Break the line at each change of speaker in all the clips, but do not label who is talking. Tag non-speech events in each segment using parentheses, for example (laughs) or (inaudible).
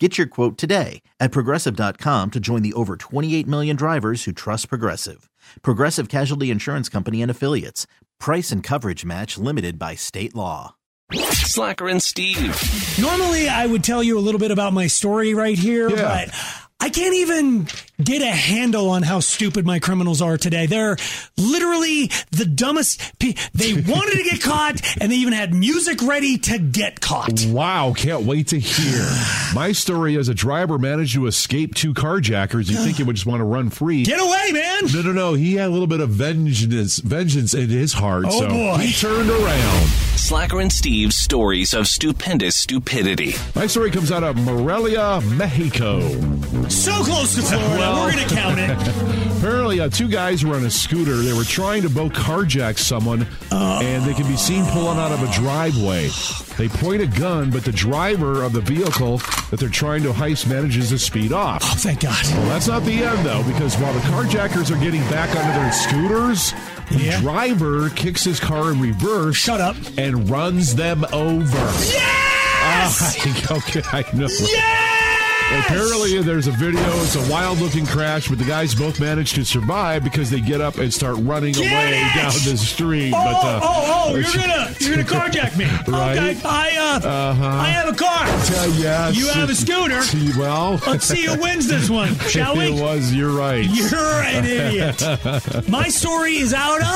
Get your quote today at progressive.com to join the over 28 million drivers who trust Progressive. Progressive Casualty Insurance Company and Affiliates. Price and coverage match limited by state law.
Slacker and Steve.
Normally, I would tell you a little bit about my story right here,
Yeah.
but I can't even get a handle on how stupid my criminals are today. They're literally the dumbest. Pe-
(laughs)
they wanted to get caught, and they even had music ready to get caught.
Wow, can't wait
(sighs)
to hear. My story is a driver managed to escape two carjackers. You think he would just want to run free.
Get away, man!
No, no, no. He had a little bit of vengeance vengeance in his heart.
Oh,
so
boy.
he turned around.
Slacker and Steve's stories of stupendous stupidity.
My story comes out of Morelia, Mexico.
So close to Florida,
Well.
we're gonna count it.
(laughs) Apparently, uh, two guys were on a scooter. They were trying to both carjack someone, and they can be seen pulling out of a driveway. They point a gun, but the driver of the vehicle that they're trying to heist manages to speed off.
Oh, thank God.
Well, that's not the end, though, because while the carjackers are getting back onto their scooters, the
Yeah.
driver kicks his car in reverse.
Shut up.
And runs them over.
Yes!
okay, (laughs) I know.
yes!
Ah. Apparently, there's a video. It's a wild looking crash, but the guys both managed to survive because they get up and start running
Get
away
it!
down the street.
Oh,
but, uh,
oh,
(laughs)
oh! You're
it's-
gonna, you're gonna carjack me.
Right?
Okay, I, uh, I have a car.
Uh, yes.
You have a scooter.
(laughs) See, Well,
(laughs) Let's see who wins this
(laughs)
one, shall
it
we?
was. You're right.
You're an
(laughs)
idiot. My story is out of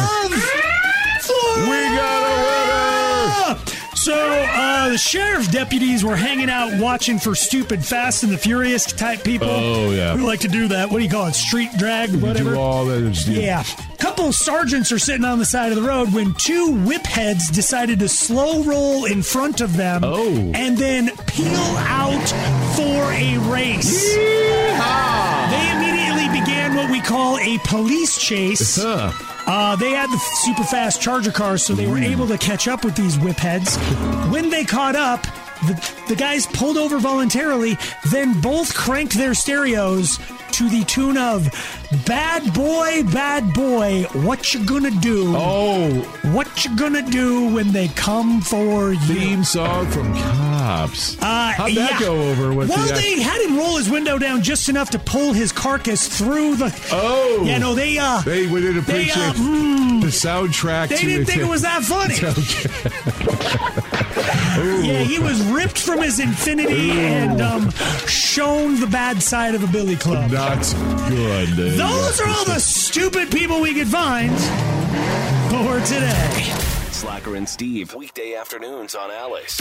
Florida.
we got a winner!
So uh, the sheriff deputies were hanging out watching for stupid Fast and the Furious type people.
Oh, yeah.
who like to do that. What do you call it? Street drag,
Do
whatever.
all that. It's-
Yeah. Couple sergeants are sitting on the side of the road when two whip heads decided to slow roll in front of them
Oh.
and then peel out for a race. They immediately began what we call a police chase.
Huh.
Uh, they had the super fast charger cars, so they were
Mm.
able to catch up with these whip heads. When they caught up, the, the guys pulled over voluntarily, then both cranked their stereos to the tune of Bad Boy, Bad Boy, What You Gonna Do?
Oh,
What You Gonna Do When They Come For You?
theme song from Cops.
Uh,
How'd that
yeah.
go over with
well,
the? uh,
they had him roll his window down just enough to pull his carcass through the.
oh,
Yeah, no, they uh,
They we didn't
They,
appreciate
uh,
the soundtrack.
They
to
didn't think it was that funny.
Oh,
yeah, he was ripped from his infinity and um, shown the bad side of a billy club.
not good.
Those are all the stupid people we could find for today.
Slacker and Steve. Weekday afternoons on Alice.